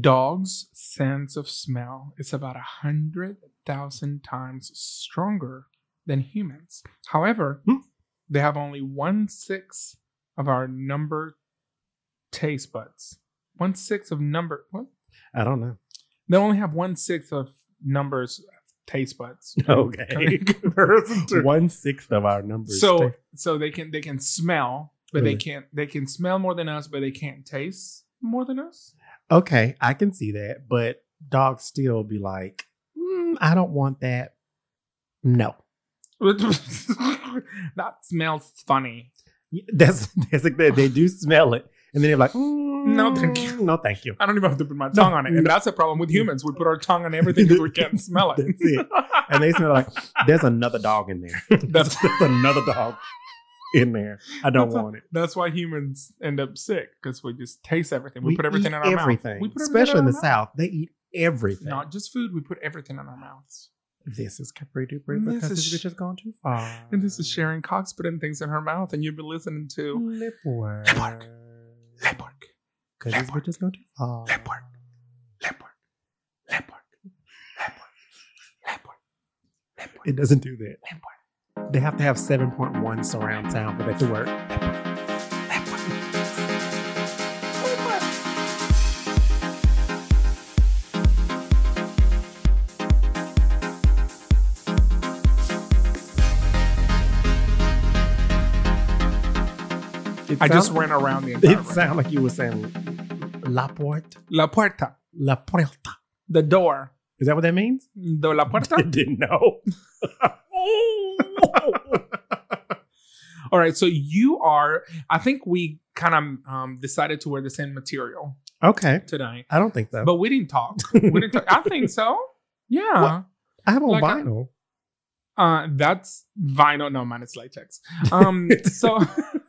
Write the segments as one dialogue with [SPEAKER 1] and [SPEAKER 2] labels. [SPEAKER 1] Dogs' sense of smell is about a hundred thousand times stronger than humans. However,
[SPEAKER 2] Hmm.
[SPEAKER 1] they have only one sixth of our number taste buds. One sixth of number. What?
[SPEAKER 2] I don't know.
[SPEAKER 1] They only have one sixth of numbers of taste buds.
[SPEAKER 2] Okay.
[SPEAKER 1] comparison to
[SPEAKER 2] One sixth of our numbers.
[SPEAKER 1] so
[SPEAKER 2] take-
[SPEAKER 1] so they can they can smell but
[SPEAKER 2] Really?
[SPEAKER 1] they can't they can smell more than us but they can't taste more than us
[SPEAKER 2] okay, I can see that, but dogs still be like, "Mm, I don't want that. No,
[SPEAKER 1] that smells funny
[SPEAKER 2] that's that's like that. They do smell it, and then they're like, "Mm,
[SPEAKER 1] No, thank you."
[SPEAKER 2] no, thank you.
[SPEAKER 1] i don't even have to put my tongue on it and
[SPEAKER 2] no.
[SPEAKER 1] that's a problem with humans we put our tongue on everything because we can't smell it
[SPEAKER 2] That's it. And they smell like there's another dog in there.
[SPEAKER 1] That's-
[SPEAKER 2] there's another dog in there. I don't
[SPEAKER 1] That's a-
[SPEAKER 2] want it.
[SPEAKER 1] that's why humans end up sick because we just taste everything we, put
[SPEAKER 2] eat
[SPEAKER 1] everything in our
[SPEAKER 2] everything.
[SPEAKER 1] mouth we put
[SPEAKER 2] especially in the
[SPEAKER 1] our mouth.
[SPEAKER 2] South. They eat everything.
[SPEAKER 1] not just food we put everything in our mouths
[SPEAKER 2] this is Capri Dupree
[SPEAKER 1] This
[SPEAKER 2] because
[SPEAKER 1] is
[SPEAKER 2] this bitch
[SPEAKER 1] sh-
[SPEAKER 2] has gone too far.
[SPEAKER 1] and this is sharon cox putting things in her mouth and you've been listening to
[SPEAKER 2] Lip work.
[SPEAKER 1] Lip work. lip work
[SPEAKER 2] Because this
[SPEAKER 1] Lip work.
[SPEAKER 2] bitch has gone too far.
[SPEAKER 1] Lip work. lip work lip work lip work lip work lip work
[SPEAKER 2] It doesn't do that.
[SPEAKER 1] Lip work.
[SPEAKER 2] They have to have 7.1 surround sound for that to work. It
[SPEAKER 1] I just
[SPEAKER 2] sound-
[SPEAKER 1] ran around the entire
[SPEAKER 2] It
[SPEAKER 1] room.
[SPEAKER 2] sounded like you were saying La Porte,
[SPEAKER 1] La puerta,
[SPEAKER 2] La Puerta.
[SPEAKER 1] the door.
[SPEAKER 2] Is that what that means?
[SPEAKER 1] Do la puerta.
[SPEAKER 2] didn't know.
[SPEAKER 1] All right, so you are. I think we kind of um, decided to wear the same material
[SPEAKER 2] okay.
[SPEAKER 1] tonight,
[SPEAKER 2] I don't think so.
[SPEAKER 1] but we didn't talk. We didn't talk. I think so. Yeah,
[SPEAKER 2] I have on
[SPEAKER 1] like I-
[SPEAKER 2] vinyl.
[SPEAKER 1] uh, that's vinyl. No, mine is latex. Um, so,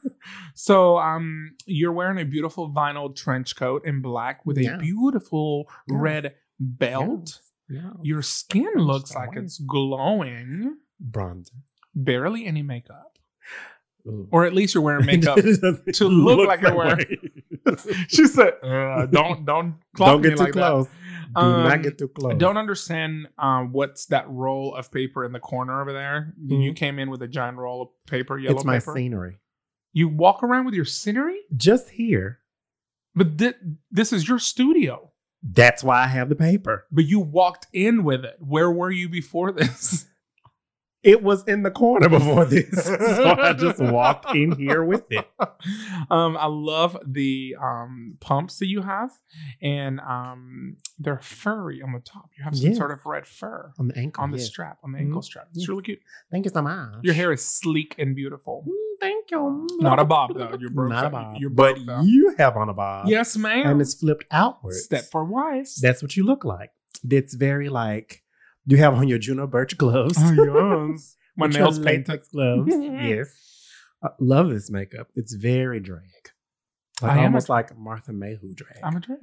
[SPEAKER 1] so um, you're wearing a beautiful vinyl trench coat in black with a
[SPEAKER 2] Yes.
[SPEAKER 1] beautiful
[SPEAKER 2] Yes.
[SPEAKER 1] red belt.
[SPEAKER 2] Yeah.
[SPEAKER 1] Your skin looks like
[SPEAKER 2] Fine.
[SPEAKER 1] it's glowing.
[SPEAKER 2] Bronze.
[SPEAKER 1] Barely any makeup, or at least you're wearing makeup
[SPEAKER 2] to
[SPEAKER 1] to look like you're wearing- she said, uh, "Don't don't clock
[SPEAKER 2] Don't
[SPEAKER 1] me
[SPEAKER 2] get too
[SPEAKER 1] like
[SPEAKER 2] close. Do
[SPEAKER 1] Um,
[SPEAKER 2] not get too close.
[SPEAKER 1] that." I don't understand uh, what's that roll of paper in the corner over there. You came in with a giant roll of paper, yellow
[SPEAKER 2] Mm-hmm. it's my
[SPEAKER 1] paper.
[SPEAKER 2] scenery.
[SPEAKER 1] You walk around with your scenery,
[SPEAKER 2] Just here.
[SPEAKER 1] but thi- this is your studio.
[SPEAKER 2] That's why I have the paper.
[SPEAKER 1] But you walked in with it. Where were you before this?
[SPEAKER 2] It was in the corner before this. so I just walked in here with it.
[SPEAKER 1] um, I love the um, pumps that you have, and um, they're furry on the top. You have some
[SPEAKER 2] Yes.
[SPEAKER 1] sort of red fur
[SPEAKER 2] On the ankle.
[SPEAKER 1] on the
[SPEAKER 2] yes.
[SPEAKER 1] strap, on the
[SPEAKER 2] Mhm.
[SPEAKER 1] ankle strap. It's
[SPEAKER 2] Yes.
[SPEAKER 1] really cute.
[SPEAKER 2] Thank you so much.
[SPEAKER 1] Your hair is sleek and beautiful.
[SPEAKER 2] Mm, Thank you.
[SPEAKER 1] Not a bob though. You're broke.
[SPEAKER 2] Not a
[SPEAKER 1] though.
[SPEAKER 2] bob.
[SPEAKER 1] You're
[SPEAKER 2] but
[SPEAKER 1] broke, though.
[SPEAKER 2] you have on a bob.
[SPEAKER 1] yes, ma'am.
[SPEAKER 2] Uh, And it's flipped outwards.
[SPEAKER 1] Step for wives.
[SPEAKER 2] That's what you look like. That's very like you have on your Juno Birch gloves.
[SPEAKER 1] oh, yes. My
[SPEAKER 2] With
[SPEAKER 1] nails
[SPEAKER 2] your
[SPEAKER 1] painted.
[SPEAKER 2] latex gloves. yes. I love this makeup. It's very drag. Like
[SPEAKER 1] I am a-
[SPEAKER 2] almost like Martha Mayhew drag.
[SPEAKER 1] I'm a drag.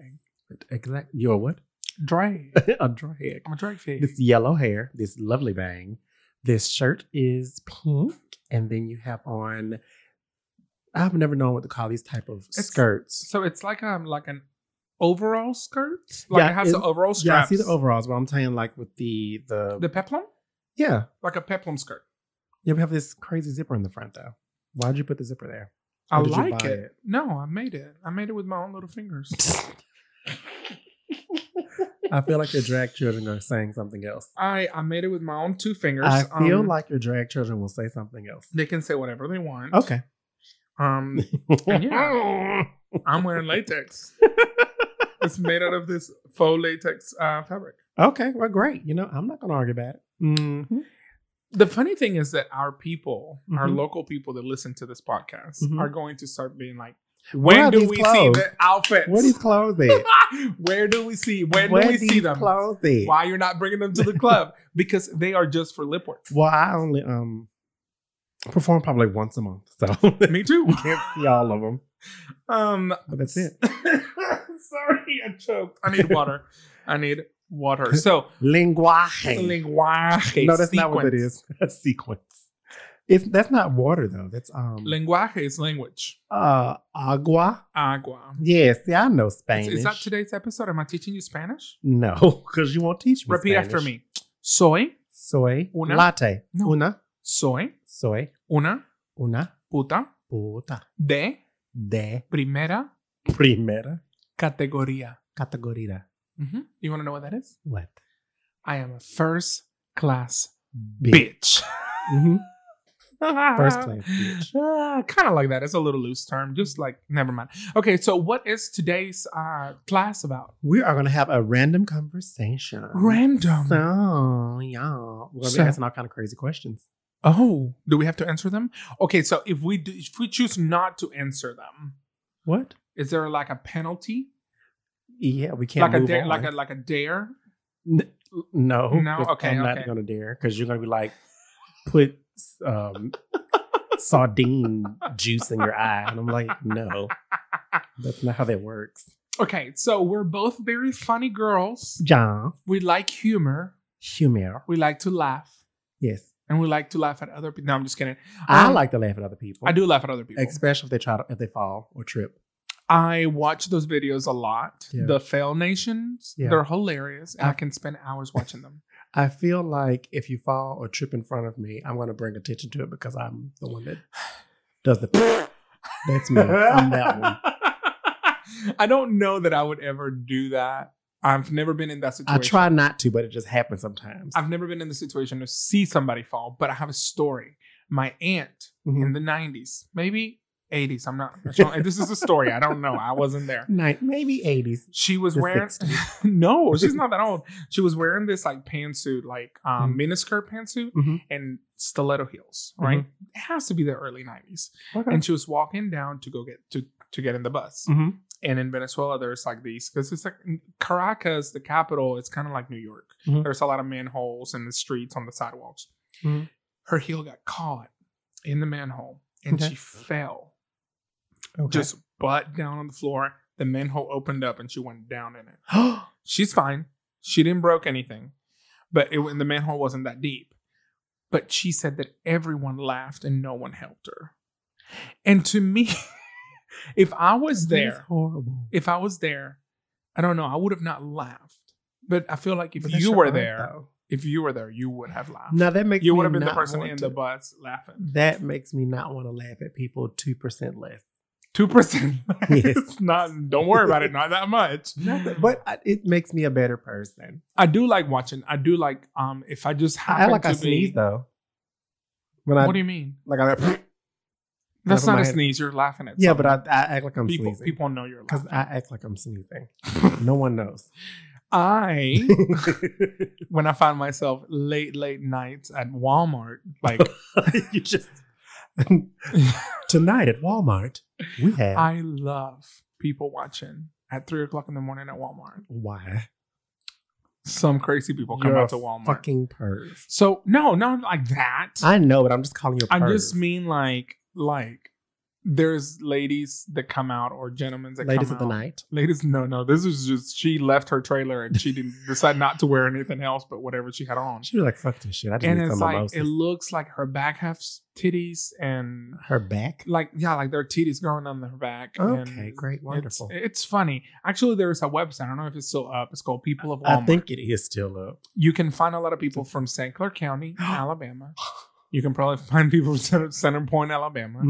[SPEAKER 2] exactly. You're what?
[SPEAKER 1] Drag.
[SPEAKER 2] a drag.
[SPEAKER 1] I'm a drag fan.
[SPEAKER 2] This yellow hair, this lovely bang. This shirt is pink. And then you have on I've never known what to call these type of
[SPEAKER 1] It's-
[SPEAKER 2] skirts.
[SPEAKER 1] So it's like um like an overall skirt. Like
[SPEAKER 2] Yeah,
[SPEAKER 1] it has the
[SPEAKER 2] it-
[SPEAKER 1] overall
[SPEAKER 2] Yeah, I
[SPEAKER 1] straps.
[SPEAKER 2] see the overalls, but I'm saying like with the the,
[SPEAKER 1] The peplum,
[SPEAKER 2] yeah.
[SPEAKER 1] like a peplum skirt.
[SPEAKER 2] Yeah, we have this crazy zipper in the front though. Why'd you put the zipper there?
[SPEAKER 1] I
[SPEAKER 2] Or Oh, did you
[SPEAKER 1] like
[SPEAKER 2] buy
[SPEAKER 1] it.
[SPEAKER 2] it?
[SPEAKER 1] No, I made it. I made it with my own little fingers.
[SPEAKER 2] I feel like your drag children are saying something else.
[SPEAKER 1] I I made it with my own two fingers.
[SPEAKER 2] I feel
[SPEAKER 1] Um,
[SPEAKER 2] like your drag children will say something else.
[SPEAKER 1] they can say whatever they want.
[SPEAKER 2] Okay.
[SPEAKER 1] Um, Yeah. I'm wearing latex. it's made out of this faux latex uh, fabric.
[SPEAKER 2] okay. Well, great. You know, I'm not going to argue about it. Mhm.
[SPEAKER 1] The funny thing is that our people, our
[SPEAKER 2] Mhm.
[SPEAKER 1] local people that listen to this podcast,
[SPEAKER 2] Mhm.
[SPEAKER 1] are going to start being like,
[SPEAKER 2] Where
[SPEAKER 1] "When
[SPEAKER 2] are
[SPEAKER 1] do
[SPEAKER 2] these
[SPEAKER 1] we
[SPEAKER 2] clothes?
[SPEAKER 1] see the outfits?
[SPEAKER 2] Where these clothes at?
[SPEAKER 1] Where do we see? Where do
[SPEAKER 2] Where
[SPEAKER 1] we
[SPEAKER 2] these
[SPEAKER 1] see them?
[SPEAKER 2] clothes at? Why?
[SPEAKER 1] Why you're not bringing them to the club? because they are just for lip work.
[SPEAKER 2] Well, I only um perform probably once a month, so
[SPEAKER 1] Me too.
[SPEAKER 2] can't see all of them.
[SPEAKER 1] Um,
[SPEAKER 2] But that's it.
[SPEAKER 1] sorry, I choked. I need water. I need water. So
[SPEAKER 2] Linguaje.
[SPEAKER 1] linguaje.
[SPEAKER 2] no, that's not what it
[SPEAKER 1] sequence.
[SPEAKER 2] is. A sequence. It's that's not water though. That's um
[SPEAKER 1] Lenguaje is language.
[SPEAKER 2] uh agua.
[SPEAKER 1] Agua.
[SPEAKER 2] Yes, see, I know Spanish.
[SPEAKER 1] Is that Oh, today's episode? Am I teaching you Spanish?
[SPEAKER 2] No, because you won't teach me.
[SPEAKER 1] Repeat after
[SPEAKER 2] Spanish.
[SPEAKER 1] me. Soy,
[SPEAKER 2] Soy
[SPEAKER 1] Una.
[SPEAKER 2] latte.
[SPEAKER 1] No.
[SPEAKER 2] Una.
[SPEAKER 1] soy
[SPEAKER 2] Soy
[SPEAKER 1] una
[SPEAKER 2] una
[SPEAKER 1] puta
[SPEAKER 2] puta
[SPEAKER 1] de
[SPEAKER 2] de
[SPEAKER 1] primera
[SPEAKER 2] primera
[SPEAKER 1] categoría.
[SPEAKER 2] categoría.
[SPEAKER 1] Mhm. You want to know what that is?
[SPEAKER 2] What?
[SPEAKER 1] I am a first class
[SPEAKER 2] Bitch.
[SPEAKER 1] bitch.
[SPEAKER 2] Mhm.
[SPEAKER 1] First
[SPEAKER 2] class bitch.
[SPEAKER 1] kind of Ah, like that. It's a little loose term. Just like, never mind. Okay, so what is today's uh, class about?
[SPEAKER 2] We are gonna have a random conversation.
[SPEAKER 1] Random.
[SPEAKER 2] So, y'all, we're gonna
[SPEAKER 1] So-
[SPEAKER 2] be asking all kind of crazy questions.
[SPEAKER 1] oh, do we have to answer them? Okay, so if we do, if we choose not to answer them,
[SPEAKER 2] What?
[SPEAKER 1] is there like a penalty?
[SPEAKER 2] Yeah, we can't
[SPEAKER 1] like a
[SPEAKER 2] move
[SPEAKER 1] dare,
[SPEAKER 2] on.
[SPEAKER 1] like a like a dare?
[SPEAKER 2] N- no,
[SPEAKER 1] No?
[SPEAKER 2] 'cause
[SPEAKER 1] Okay,
[SPEAKER 2] I'm
[SPEAKER 1] okay.
[SPEAKER 2] not gonna dare because you're gonna be like, put um, sardine juice in your eye, and I'm like, no, that's not how that works.
[SPEAKER 1] Okay, so we're both very funny girls.
[SPEAKER 2] John,
[SPEAKER 1] We like humor.
[SPEAKER 2] humor.
[SPEAKER 1] We like to laugh,
[SPEAKER 2] Yes,
[SPEAKER 1] and we like to laugh at other people. No, I'm just kidding.
[SPEAKER 2] I
[SPEAKER 1] Um,
[SPEAKER 2] like to laugh at other people.
[SPEAKER 1] I do laugh at other people.
[SPEAKER 2] especially if they try to if they fall or trip.
[SPEAKER 1] I watch those videos a lot.
[SPEAKER 2] Yeah.
[SPEAKER 1] The fail nations,
[SPEAKER 2] Yeah. Ah.
[SPEAKER 1] they're hilarious. And I
[SPEAKER 2] I-
[SPEAKER 1] can spend hours watching them.
[SPEAKER 2] I feel like if you fall or trip in front of me, I'm gonna bring attention to it because I'm the one that does the. that's me. I'm that one.
[SPEAKER 1] I don't know that I would ever do that. I've never been in that
[SPEAKER 2] I
[SPEAKER 1] situation.
[SPEAKER 2] try not to, but it just happens sometimes.
[SPEAKER 1] I've never been in the situation to see somebody fall, but I have a story. My aunt
[SPEAKER 2] Mhm.
[SPEAKER 1] in the 90s, maybe 80s, I'm not sure. this is a story. I don't know. I wasn't there.
[SPEAKER 2] Night, maybe 80s.
[SPEAKER 1] She was
[SPEAKER 2] The
[SPEAKER 1] wearing no, she's not that old. She was wearing this like pantsuit, like um,
[SPEAKER 2] Mhm.
[SPEAKER 1] miniskirt pantsuit,
[SPEAKER 2] Mhm.
[SPEAKER 1] and stiletto heels.
[SPEAKER 2] Mm-hmm.
[SPEAKER 1] Right, it has to be the early nineties.
[SPEAKER 2] Okay.
[SPEAKER 1] And she was walking down to go get to to get in the bus.
[SPEAKER 2] Mhm.
[SPEAKER 1] And in Venezuela, there's like these because it's like Caracas, the capital. It's kind of like New York.
[SPEAKER 2] Mhm.
[SPEAKER 1] There's a lot of manholes in the streets on the sidewalks.
[SPEAKER 2] Mhm.
[SPEAKER 1] Her heel got caught in the manhole, and
[SPEAKER 2] Okay.
[SPEAKER 1] she fell
[SPEAKER 2] Okay.
[SPEAKER 1] just butt down on the floor. The manhole opened up, and she went down in it she's fine. She didn't broke anything, but it, and the manhole wasn't that deep. But she said that everyone laughed and no one helped her. And to me, if I was
[SPEAKER 2] That's
[SPEAKER 1] there,
[SPEAKER 2] horrible.
[SPEAKER 1] if I was there, I don't know, I would have not laughed. But I feel like if
[SPEAKER 2] But that's
[SPEAKER 1] you
[SPEAKER 2] your
[SPEAKER 1] were
[SPEAKER 2] aunt,
[SPEAKER 1] there,
[SPEAKER 2] though.
[SPEAKER 1] if you were there, you would have laughed.
[SPEAKER 2] Now that makes
[SPEAKER 1] you
[SPEAKER 2] me
[SPEAKER 1] would have been the
[SPEAKER 2] not
[SPEAKER 1] person
[SPEAKER 2] want
[SPEAKER 1] in
[SPEAKER 2] to-
[SPEAKER 1] the bus laughing.
[SPEAKER 2] That makes me not want to laugh at people two percent less.
[SPEAKER 1] Two percent.
[SPEAKER 2] Yes.
[SPEAKER 1] It's not. Don't worry about it. Not that much.
[SPEAKER 2] But I, it makes me a better person.
[SPEAKER 1] I do like watching. I do like. Um, if I just
[SPEAKER 2] I, I
[SPEAKER 1] happen
[SPEAKER 2] like
[SPEAKER 1] to
[SPEAKER 2] I
[SPEAKER 1] be.
[SPEAKER 2] sneeze though. When I
[SPEAKER 1] what do you mean?
[SPEAKER 2] like I like,
[SPEAKER 1] That's
[SPEAKER 2] Never
[SPEAKER 1] not a
[SPEAKER 2] mind.
[SPEAKER 1] sneeze. You're laughing at.
[SPEAKER 2] yeah,
[SPEAKER 1] something.
[SPEAKER 2] but I, I act like I'm
[SPEAKER 1] people
[SPEAKER 2] sneezing
[SPEAKER 1] people know you're
[SPEAKER 2] because
[SPEAKER 1] laughing.
[SPEAKER 2] I act like I'm sneezing. no one knows.
[SPEAKER 1] I when I find myself late late nights at Walmart, like
[SPEAKER 2] you just tonight at Walmart we have
[SPEAKER 1] I love people watching at three o'clock in the morning at Walmart.
[SPEAKER 2] why
[SPEAKER 1] Some crazy people come
[SPEAKER 2] You're
[SPEAKER 1] out
[SPEAKER 2] a
[SPEAKER 1] to Walmart.
[SPEAKER 2] fucking perv.
[SPEAKER 1] so no, not like that. I,
[SPEAKER 2] I know, but I'm just calling you a perv.
[SPEAKER 1] just mean like like there's ladies that come out or gentlemen that
[SPEAKER 2] ladies
[SPEAKER 1] come
[SPEAKER 2] of the
[SPEAKER 1] out.
[SPEAKER 2] night.
[SPEAKER 1] Ladies, no, no. This is just she left her trailer and she didn't decide not to wear anything else but whatever she had on.
[SPEAKER 2] She was like, "Fuck this shit." I just
[SPEAKER 1] and
[SPEAKER 2] need some
[SPEAKER 1] it's like
[SPEAKER 2] mimosas.
[SPEAKER 1] it looks like her back has titties and
[SPEAKER 2] her back.
[SPEAKER 1] like yeah, like there are titties growing on her back. and
[SPEAKER 2] Okay, great,
[SPEAKER 1] it's-
[SPEAKER 2] wonderful.
[SPEAKER 1] It's, funny. Actually, there is a website. I don't know if it's still up. It's called People of Walmart.
[SPEAKER 2] I think it is still up.
[SPEAKER 1] you can find a lot of people from St. Clair County, Alabama. You can probably find people from Center, Center Point, Alabama.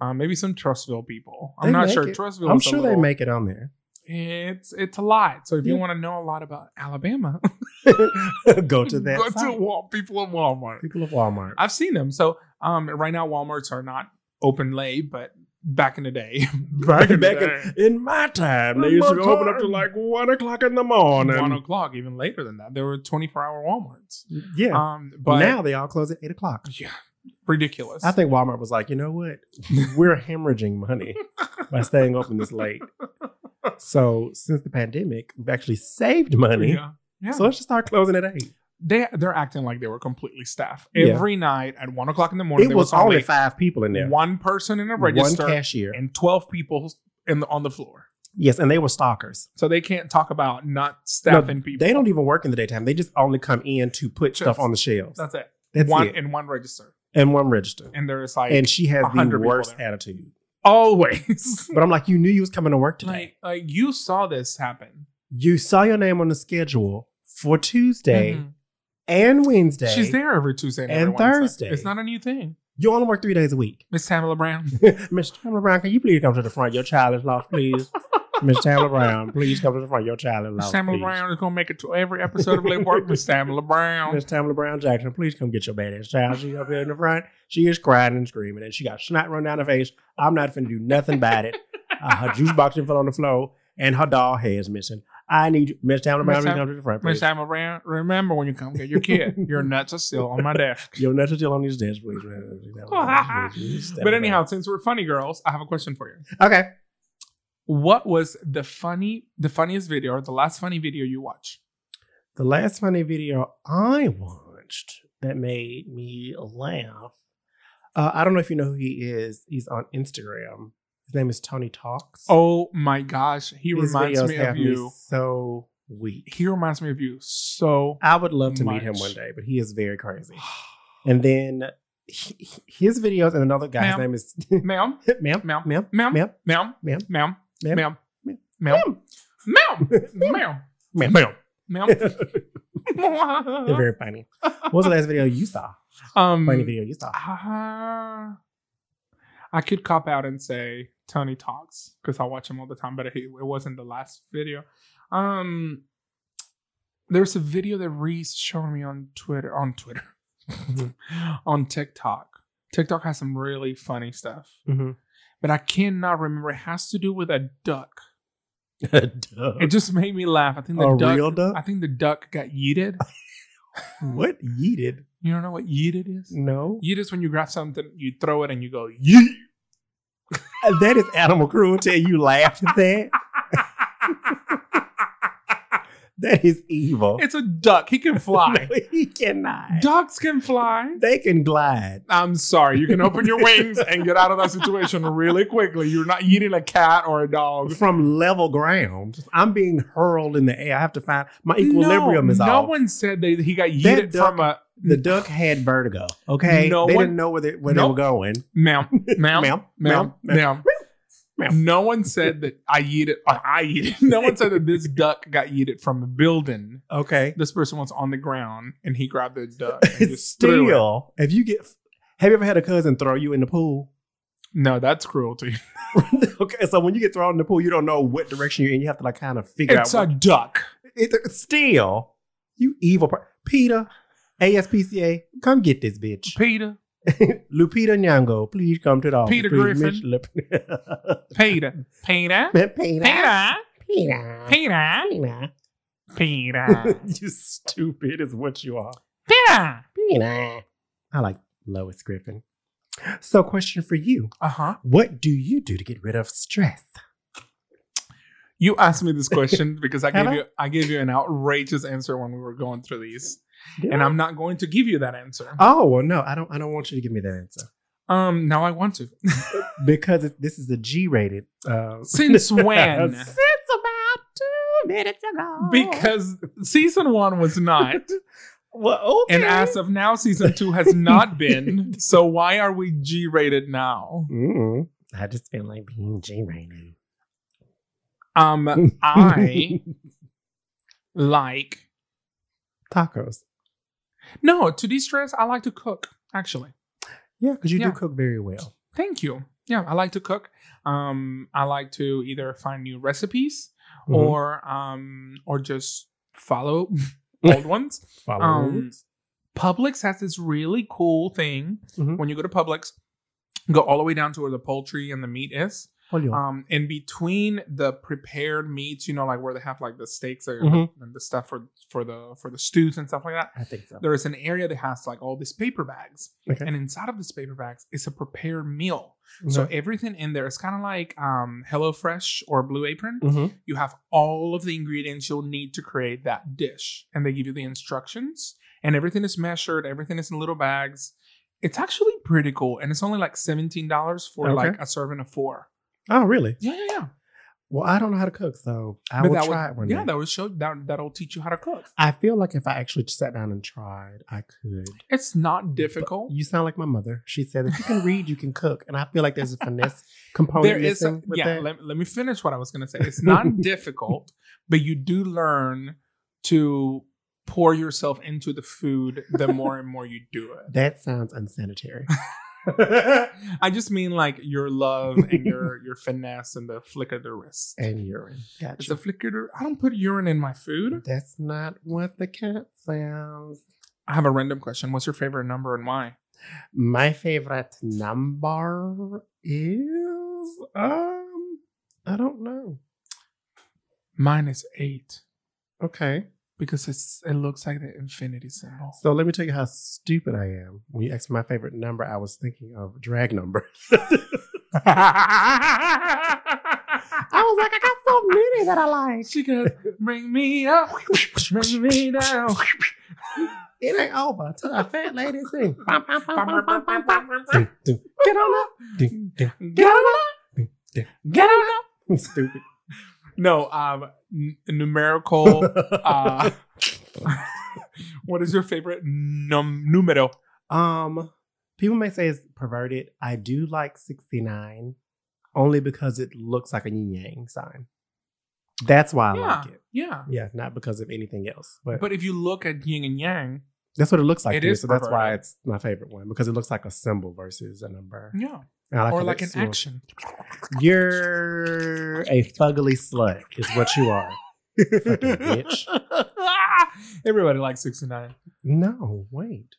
[SPEAKER 1] Uh, maybe some Trustville people.
[SPEAKER 2] Mm.
[SPEAKER 1] I'm
[SPEAKER 2] They
[SPEAKER 1] not
[SPEAKER 2] make
[SPEAKER 1] sure.
[SPEAKER 2] it.
[SPEAKER 1] Trustville.
[SPEAKER 2] Mm-hmm. I'm
[SPEAKER 1] is a
[SPEAKER 2] sure they
[SPEAKER 1] little-
[SPEAKER 2] make it on there.
[SPEAKER 1] It's it's a lot. So if you
[SPEAKER 2] Yeah.
[SPEAKER 1] want to know a lot about Alabama,
[SPEAKER 2] Go to that.
[SPEAKER 1] go to
[SPEAKER 2] site.
[SPEAKER 1] Wal- People of Walmart.
[SPEAKER 2] People of Walmart.
[SPEAKER 1] I've seen them. So um, right now WalMarts are not open lay, but back in the day, back in the day.
[SPEAKER 2] in my time,
[SPEAKER 1] In my time.
[SPEAKER 2] one o'clock in the
[SPEAKER 1] one o'clock, even later than that, there were twenty four hour WalMarts.
[SPEAKER 2] Yeah.
[SPEAKER 1] Um, but
[SPEAKER 2] now they all close at eight o'clock.
[SPEAKER 1] yeah, ridiculous.
[SPEAKER 2] I think Walmart was like, you know what? We're hemorrhaging money by staying open this late. So since the pandemic, we've actually saved money.
[SPEAKER 1] yeah, yeah.
[SPEAKER 2] So let's just start closing at eight.
[SPEAKER 1] they they're acting like they were completely staffed
[SPEAKER 2] Yeah.
[SPEAKER 1] every night at one o'clock in the morning.
[SPEAKER 2] It
[SPEAKER 1] there
[SPEAKER 2] was
[SPEAKER 1] was,
[SPEAKER 2] only
[SPEAKER 1] only
[SPEAKER 2] five people in there.
[SPEAKER 1] one person in a
[SPEAKER 2] One
[SPEAKER 1] register
[SPEAKER 2] cashier.
[SPEAKER 1] and twelve people in the, on the floor.
[SPEAKER 2] Yes, and they were stalkers.
[SPEAKER 1] So they can't talk about not staffing
[SPEAKER 2] No,
[SPEAKER 1] people.
[SPEAKER 2] They don't even work in the daytime. They just only come in to put stuff on the shelves.
[SPEAKER 1] That's it.
[SPEAKER 2] That's
[SPEAKER 1] one
[SPEAKER 2] it.
[SPEAKER 1] in one register.
[SPEAKER 2] and one register.
[SPEAKER 1] and there is like
[SPEAKER 2] And she has the
[SPEAKER 1] 100 people
[SPEAKER 2] worst
[SPEAKER 1] there.
[SPEAKER 2] attitude.
[SPEAKER 1] always
[SPEAKER 2] But I'm like, you knew you was coming to work today.
[SPEAKER 1] like like you saw this happen.
[SPEAKER 2] you saw your name on the schedule for Tuesday
[SPEAKER 1] Mhm.
[SPEAKER 2] and Wednesday.
[SPEAKER 1] She's there every Tuesday and,
[SPEAKER 2] And
[SPEAKER 1] every Wednesday.
[SPEAKER 2] Thursday.
[SPEAKER 1] It's not a new thing.
[SPEAKER 2] You only work three days a week.
[SPEAKER 1] Miss Tamala Brown.
[SPEAKER 2] Miss Tamla Brown, can you please come to the front? Your child is lost, please. Miss Tamla Brown, please come to the front. Your child is
[SPEAKER 1] Miss
[SPEAKER 2] lost.
[SPEAKER 1] Tamala
[SPEAKER 2] please.
[SPEAKER 1] Brown is gonna make it to every episode of Late Work. Miss Tamala Brown.
[SPEAKER 2] Miss Tamla Brown Jackson, please come get your badass child. She's up here in the front. She is crying and screaming, and she got snot run down her face. I'm not finna do nothing about it. Uh, her juice box didn't fell on the floor, and her doll hair is missing. I need you, Miss Tamla Brown,
[SPEAKER 1] Miss
[SPEAKER 2] please
[SPEAKER 1] Tam-
[SPEAKER 2] come to the front.
[SPEAKER 1] Miss
[SPEAKER 2] Please.
[SPEAKER 1] Tamala Brown, remember when you come get your kid, your nuts are still on my desk.
[SPEAKER 2] Your nuts are still on these desk, please. Miss Tamla
[SPEAKER 1] but
[SPEAKER 2] Brown.
[SPEAKER 1] anyhow, since we're funny girls, I have a question for you.
[SPEAKER 2] okay.
[SPEAKER 1] What was the funny, the funniest video or the last funny video you watched?
[SPEAKER 2] The last funny video I watched that made me laugh. Uh, I don't know if you know who he is. He's on Instagram. His name is Tony Talks.
[SPEAKER 1] Oh my gosh, he
[SPEAKER 2] His
[SPEAKER 1] reminds
[SPEAKER 2] videos
[SPEAKER 1] me
[SPEAKER 2] have
[SPEAKER 1] of you.
[SPEAKER 2] so weak.
[SPEAKER 1] He reminds me of you so.
[SPEAKER 2] I would love to meet him
[SPEAKER 1] much.
[SPEAKER 2] one day, but he is very crazy. And then he, he- his videos and another guy's
[SPEAKER 1] Ma'am.
[SPEAKER 2] name is
[SPEAKER 1] ma'am,
[SPEAKER 2] ma'am,
[SPEAKER 1] Ma'am.
[SPEAKER 2] ma'am,
[SPEAKER 1] ma'am,
[SPEAKER 2] ma'am,
[SPEAKER 1] ma'am,
[SPEAKER 2] ma'am,
[SPEAKER 1] ma'am,
[SPEAKER 2] Ma'am.
[SPEAKER 1] ma'am,
[SPEAKER 2] Ma'am.
[SPEAKER 1] ma'am, ma'am, ma'am,
[SPEAKER 2] ma'am, ma'am.
[SPEAKER 1] ma'am.
[SPEAKER 2] They're very funny. What was the last video you saw?
[SPEAKER 1] um,
[SPEAKER 2] Funny video you saw?
[SPEAKER 1] uh, I could cop out and say Tony talks because I watch him all the time, but it, it wasn't the last video. Um, there's a video that Reese showed me on Twitter, on Twitter, on TikTok. TikTok has some really funny stuff,
[SPEAKER 2] Mhm.
[SPEAKER 1] but I cannot remember. It has to do with a duck.
[SPEAKER 2] Duh.
[SPEAKER 1] It just made me laugh. I think the
[SPEAKER 2] A
[SPEAKER 1] duck.
[SPEAKER 2] real duck?
[SPEAKER 1] I think the duck got yeeted.
[SPEAKER 2] What yeeted?
[SPEAKER 1] You don't know what yeeted is?
[SPEAKER 2] No.
[SPEAKER 1] Yeet is when you grab something, you throw it, and you go
[SPEAKER 2] Yeet. that is animal cruelty. You laughed at that. That is evil.
[SPEAKER 1] It's a duck. He can fly.
[SPEAKER 2] No, he cannot.
[SPEAKER 1] Ducks can fly.
[SPEAKER 2] They can glide.
[SPEAKER 1] I'm sorry. You can open your wings and get out of that situation really quickly. You're not eating a cat or a dog.
[SPEAKER 2] From level ground, I'm being hurled in the air. I have to find my equilibrium
[SPEAKER 1] no,
[SPEAKER 2] is
[SPEAKER 1] no
[SPEAKER 2] off.
[SPEAKER 1] one said that he got
[SPEAKER 2] That
[SPEAKER 1] yeeted
[SPEAKER 2] duck-
[SPEAKER 1] from a
[SPEAKER 2] the duck had vertigo. Okay,
[SPEAKER 1] No
[SPEAKER 2] they
[SPEAKER 1] one-
[SPEAKER 2] didn't know where they, where they
[SPEAKER 1] Nope.
[SPEAKER 2] were going.
[SPEAKER 1] ma'am, ma'am, ma'am,
[SPEAKER 2] Ma'am, ma'am,
[SPEAKER 1] ma'am.
[SPEAKER 2] ma'am.
[SPEAKER 1] No one said that I yeeted. Or I yeeted. No one said that this duck got yeeted from a building.
[SPEAKER 2] Okay,
[SPEAKER 1] This person was on the ground and he grabbed the duck and
[SPEAKER 2] it's
[SPEAKER 1] just threw it.
[SPEAKER 2] still. If you get, have you ever had a cousin throw you in the pool?
[SPEAKER 1] No, that's cruelty.
[SPEAKER 2] okay, so when you get thrown in the pool, you don't know what direction you're in. You have to like kind of figure
[SPEAKER 1] It's
[SPEAKER 2] out.
[SPEAKER 1] a duck.
[SPEAKER 2] what- it, still, you evil per- Peter, ASPCA, come get this bitch.
[SPEAKER 1] Peter,
[SPEAKER 2] Lupita Nyong'o, please come to the office.
[SPEAKER 1] Peter
[SPEAKER 2] please,
[SPEAKER 1] Griffin.
[SPEAKER 2] Mitch Lup-
[SPEAKER 1] Peter,
[SPEAKER 2] Peter,
[SPEAKER 1] Peter, Peter,
[SPEAKER 2] Peter,
[SPEAKER 1] Peter,
[SPEAKER 2] Peter.
[SPEAKER 1] Peter,
[SPEAKER 2] you stupid is what you are.
[SPEAKER 1] Peter.
[SPEAKER 2] Peter. I like Lois Griffin. So, question for you:
[SPEAKER 1] Uh huh.
[SPEAKER 2] What do you do to get rid of stress?
[SPEAKER 1] You asked me this question because I
[SPEAKER 2] Have
[SPEAKER 1] gave
[SPEAKER 2] I?
[SPEAKER 1] you I gave you an outrageous answer when we were going through these,
[SPEAKER 2] Did
[SPEAKER 1] and
[SPEAKER 2] I?
[SPEAKER 1] I'm not going to give you that answer.
[SPEAKER 2] oh well, no, I don't. I don't want you to give me that answer.
[SPEAKER 1] Um, now I want to.
[SPEAKER 2] because it, this is a G-rated. Uh,
[SPEAKER 1] Since when?
[SPEAKER 2] Since about two minutes ago.
[SPEAKER 1] Because season one was not,
[SPEAKER 2] well, okay.
[SPEAKER 1] and as of now, season two has not been. So why are we G-rated now?
[SPEAKER 2] Mm-mm. mm-hmm. I just feel like being G-rated.
[SPEAKER 1] Um, I like
[SPEAKER 2] tacos.
[SPEAKER 1] no to de-stress. I like to cook actually.
[SPEAKER 2] Yeah, because you
[SPEAKER 1] Yeah.
[SPEAKER 2] do cook very well.
[SPEAKER 1] Thank you. Yeah, I like to cook. Um, I like to either find new recipes
[SPEAKER 2] Mhm.
[SPEAKER 1] or um or just follow old ones.
[SPEAKER 2] Follow
[SPEAKER 1] Um,
[SPEAKER 2] rules.
[SPEAKER 1] Publix has this really cool thing
[SPEAKER 2] Mhm.
[SPEAKER 1] when you go to Publix, go all the way down to where the poultry and the meat is.
[SPEAKER 2] Follow your-
[SPEAKER 1] Um, and between the prepared meats, you know, like where they have like the steaks or-
[SPEAKER 2] Mhm.
[SPEAKER 1] and the stuff for for the for the stews and stuff like that.
[SPEAKER 2] I think so.
[SPEAKER 1] There is an area that has like all these paper bags,
[SPEAKER 2] Okay.
[SPEAKER 1] and inside of these paper bags is a prepared meal. So
[SPEAKER 2] So,
[SPEAKER 1] everything in there is kind of like um, HelloFresh or Blue Apron.
[SPEAKER 2] Mhm.
[SPEAKER 1] You have all of the ingredients you'll need to create that dish, and they give you the instructions. And everything is measured. Everything is in little bags. It's actually pretty cool, and it's only like seventeen dollars for
[SPEAKER 2] Okay.
[SPEAKER 1] like a serving of four.
[SPEAKER 2] Oh, really?
[SPEAKER 1] Yeah, yeah, yeah.
[SPEAKER 2] Well, I don't know how to cook, so I
[SPEAKER 1] But
[SPEAKER 2] will
[SPEAKER 1] that would-
[SPEAKER 2] try it one
[SPEAKER 1] Yeah,
[SPEAKER 2] day.
[SPEAKER 1] that would show that that'll teach you how to cook.
[SPEAKER 2] I feel like if I actually sat down and tried, I could.
[SPEAKER 1] It's not difficult.
[SPEAKER 2] You sound like my mother. She said, if you can read, you can cook. And I feel like there's a finesse component
[SPEAKER 1] There is,
[SPEAKER 2] missing with
[SPEAKER 1] yeah.
[SPEAKER 2] that.
[SPEAKER 1] Let, let me finish what I was going to say. It's not difficult, but you do learn to pour yourself into the food the more and more you do it.
[SPEAKER 2] that sounds unsanitary.
[SPEAKER 1] I just mean like your love and your your finesse and the flick of the wrist.
[SPEAKER 2] and urine.
[SPEAKER 1] It's
[SPEAKER 2] Gotcha.
[SPEAKER 1] a flick of the, I don't put urine in my food.
[SPEAKER 2] That's not what the cat sounds.
[SPEAKER 1] I have a random question. What's your favorite number and why?
[SPEAKER 2] My favorite number is um I don't know.
[SPEAKER 1] Mine is eight
[SPEAKER 2] Okay.
[SPEAKER 1] because it's it looks like the infinity symbol.
[SPEAKER 2] So let me tell you how stupid I am. When you asked my favorite number, I was thinking of drag number. I was like, I got so many that I like.
[SPEAKER 1] she goes, bring me up, bring me down.
[SPEAKER 2] It ain't over till a fat lady sing. Bum, bum, bum, bum, bum, bum, bum. Ding, ding, Get on up. Ding, ding.
[SPEAKER 1] Get on up. Get on up.
[SPEAKER 2] Stupid.
[SPEAKER 1] No, um, n- numerical. Uh, what is your favorite num- numero?
[SPEAKER 2] Um, people may say it's perverted. I do like 69 only because it looks like a yin yang sign. That's why I like it.
[SPEAKER 1] Yeah.
[SPEAKER 2] Yeah, not because of anything else. But,
[SPEAKER 1] But if you look at yin and yang,
[SPEAKER 2] that's what it looks like.
[SPEAKER 1] It
[SPEAKER 2] to me,
[SPEAKER 1] is
[SPEAKER 2] so that's why
[SPEAKER 1] perverted.
[SPEAKER 2] it's my favorite one because it looks like a symbol versus a number.
[SPEAKER 1] yeah,
[SPEAKER 2] And I
[SPEAKER 1] or
[SPEAKER 2] how
[SPEAKER 1] like
[SPEAKER 2] it
[SPEAKER 1] an
[SPEAKER 2] smells.
[SPEAKER 1] action.
[SPEAKER 2] You're a fugly slut, is what you are. Fucking bitch.
[SPEAKER 1] Everybody likes 69.
[SPEAKER 2] No, wait.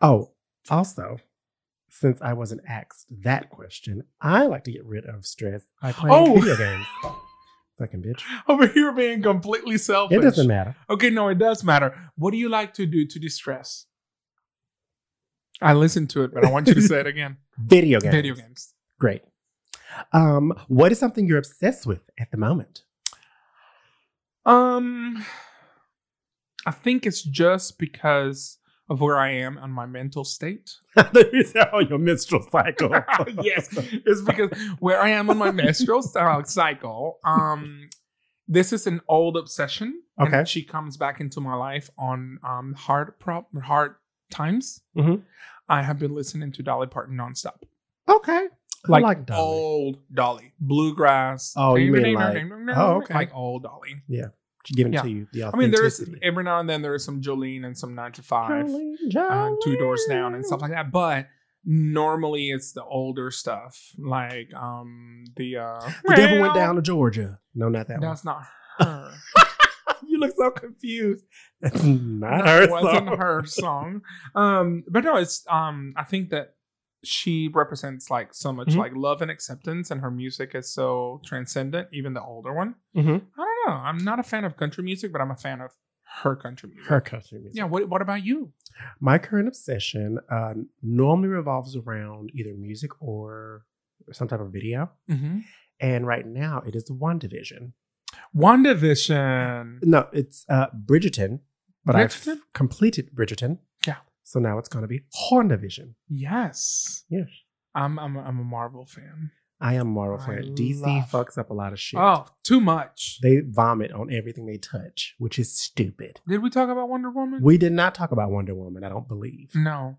[SPEAKER 2] Oh, also, since I wasn't asked that question, I like to get rid of stress by playing
[SPEAKER 1] Oh.
[SPEAKER 2] video games. Fucking bitch.
[SPEAKER 1] Over here being completely selfish.
[SPEAKER 2] It doesn't matter.
[SPEAKER 1] Okay, no, it does matter. What do you like to do to distress? I listened to it, but I want you to say it again.
[SPEAKER 2] Video games.
[SPEAKER 1] Video games.
[SPEAKER 2] Great. Um, what is something you're obsessed with at the moment?
[SPEAKER 1] Um, I think it's just because of where I am on my mental state.
[SPEAKER 2] is that on your menstrual cycle?
[SPEAKER 1] yes, it's because where I am on my menstrual cy- cycle. Um, this is an old obsession. and
[SPEAKER 2] Okay.
[SPEAKER 1] she comes back into my life on um hard prop hard times.
[SPEAKER 2] Mhm.
[SPEAKER 1] I have been listening to Dolly Parton nonstop,
[SPEAKER 2] Okay.
[SPEAKER 1] Like,
[SPEAKER 2] I like Dolly.
[SPEAKER 1] old Dolly, bluegrass.
[SPEAKER 2] Oh, you mean
[SPEAKER 1] Ding, ding,
[SPEAKER 2] like-
[SPEAKER 1] ding, ding, ding,
[SPEAKER 2] oh, okay.
[SPEAKER 1] like old Dolly.
[SPEAKER 2] Giving
[SPEAKER 1] yeah.
[SPEAKER 2] to you the
[SPEAKER 1] I mean, there is
[SPEAKER 2] authenticity.
[SPEAKER 1] every now and then there is some Jolene and some Nine to Five,
[SPEAKER 2] Jolene,
[SPEAKER 1] uh, Two Doors Down, and
[SPEAKER 2] Jolene.
[SPEAKER 1] stuff like that. But normally it's the older stuff, like um the uh,
[SPEAKER 2] The devil went down to Georgia. No, not that one.
[SPEAKER 1] That's not her.
[SPEAKER 2] You look so confused. That's not her
[SPEAKER 1] It wasn't
[SPEAKER 2] song.
[SPEAKER 1] her song. Um, but no, it's um I think that she represents like so much
[SPEAKER 2] Mhm.
[SPEAKER 1] like love and acceptance, and her music is so transcendent. Even the older one,
[SPEAKER 2] Mhm.
[SPEAKER 1] I don't know. I'm not a fan of country music, but I'm a fan of her country music.
[SPEAKER 2] Her country music.
[SPEAKER 1] Yeah. What What about you?
[SPEAKER 2] My current obsession uh, normally revolves around either music or some type of video.
[SPEAKER 1] Mm-hmm.
[SPEAKER 2] And right now it is One Division.
[SPEAKER 1] WandaVision.
[SPEAKER 2] No, it's uh, Bridgerton, but
[SPEAKER 1] Bridgerton?
[SPEAKER 2] I've completed Bridgerton.
[SPEAKER 1] Yeah.
[SPEAKER 2] So now it's going to be Hornavision.
[SPEAKER 1] Yes.
[SPEAKER 2] Yes.
[SPEAKER 1] I'm I'm I'm a Marvel fan.
[SPEAKER 2] I am a Marvel
[SPEAKER 1] I
[SPEAKER 2] fan. DC
[SPEAKER 1] love-
[SPEAKER 2] fucks up a lot of shit.
[SPEAKER 1] Oh, too much.
[SPEAKER 2] They vomit on everything they touch, which is stupid.
[SPEAKER 1] Did we talk about Wonder Woman?
[SPEAKER 2] We did not talk about Wonder Woman, I don't believe.
[SPEAKER 1] no.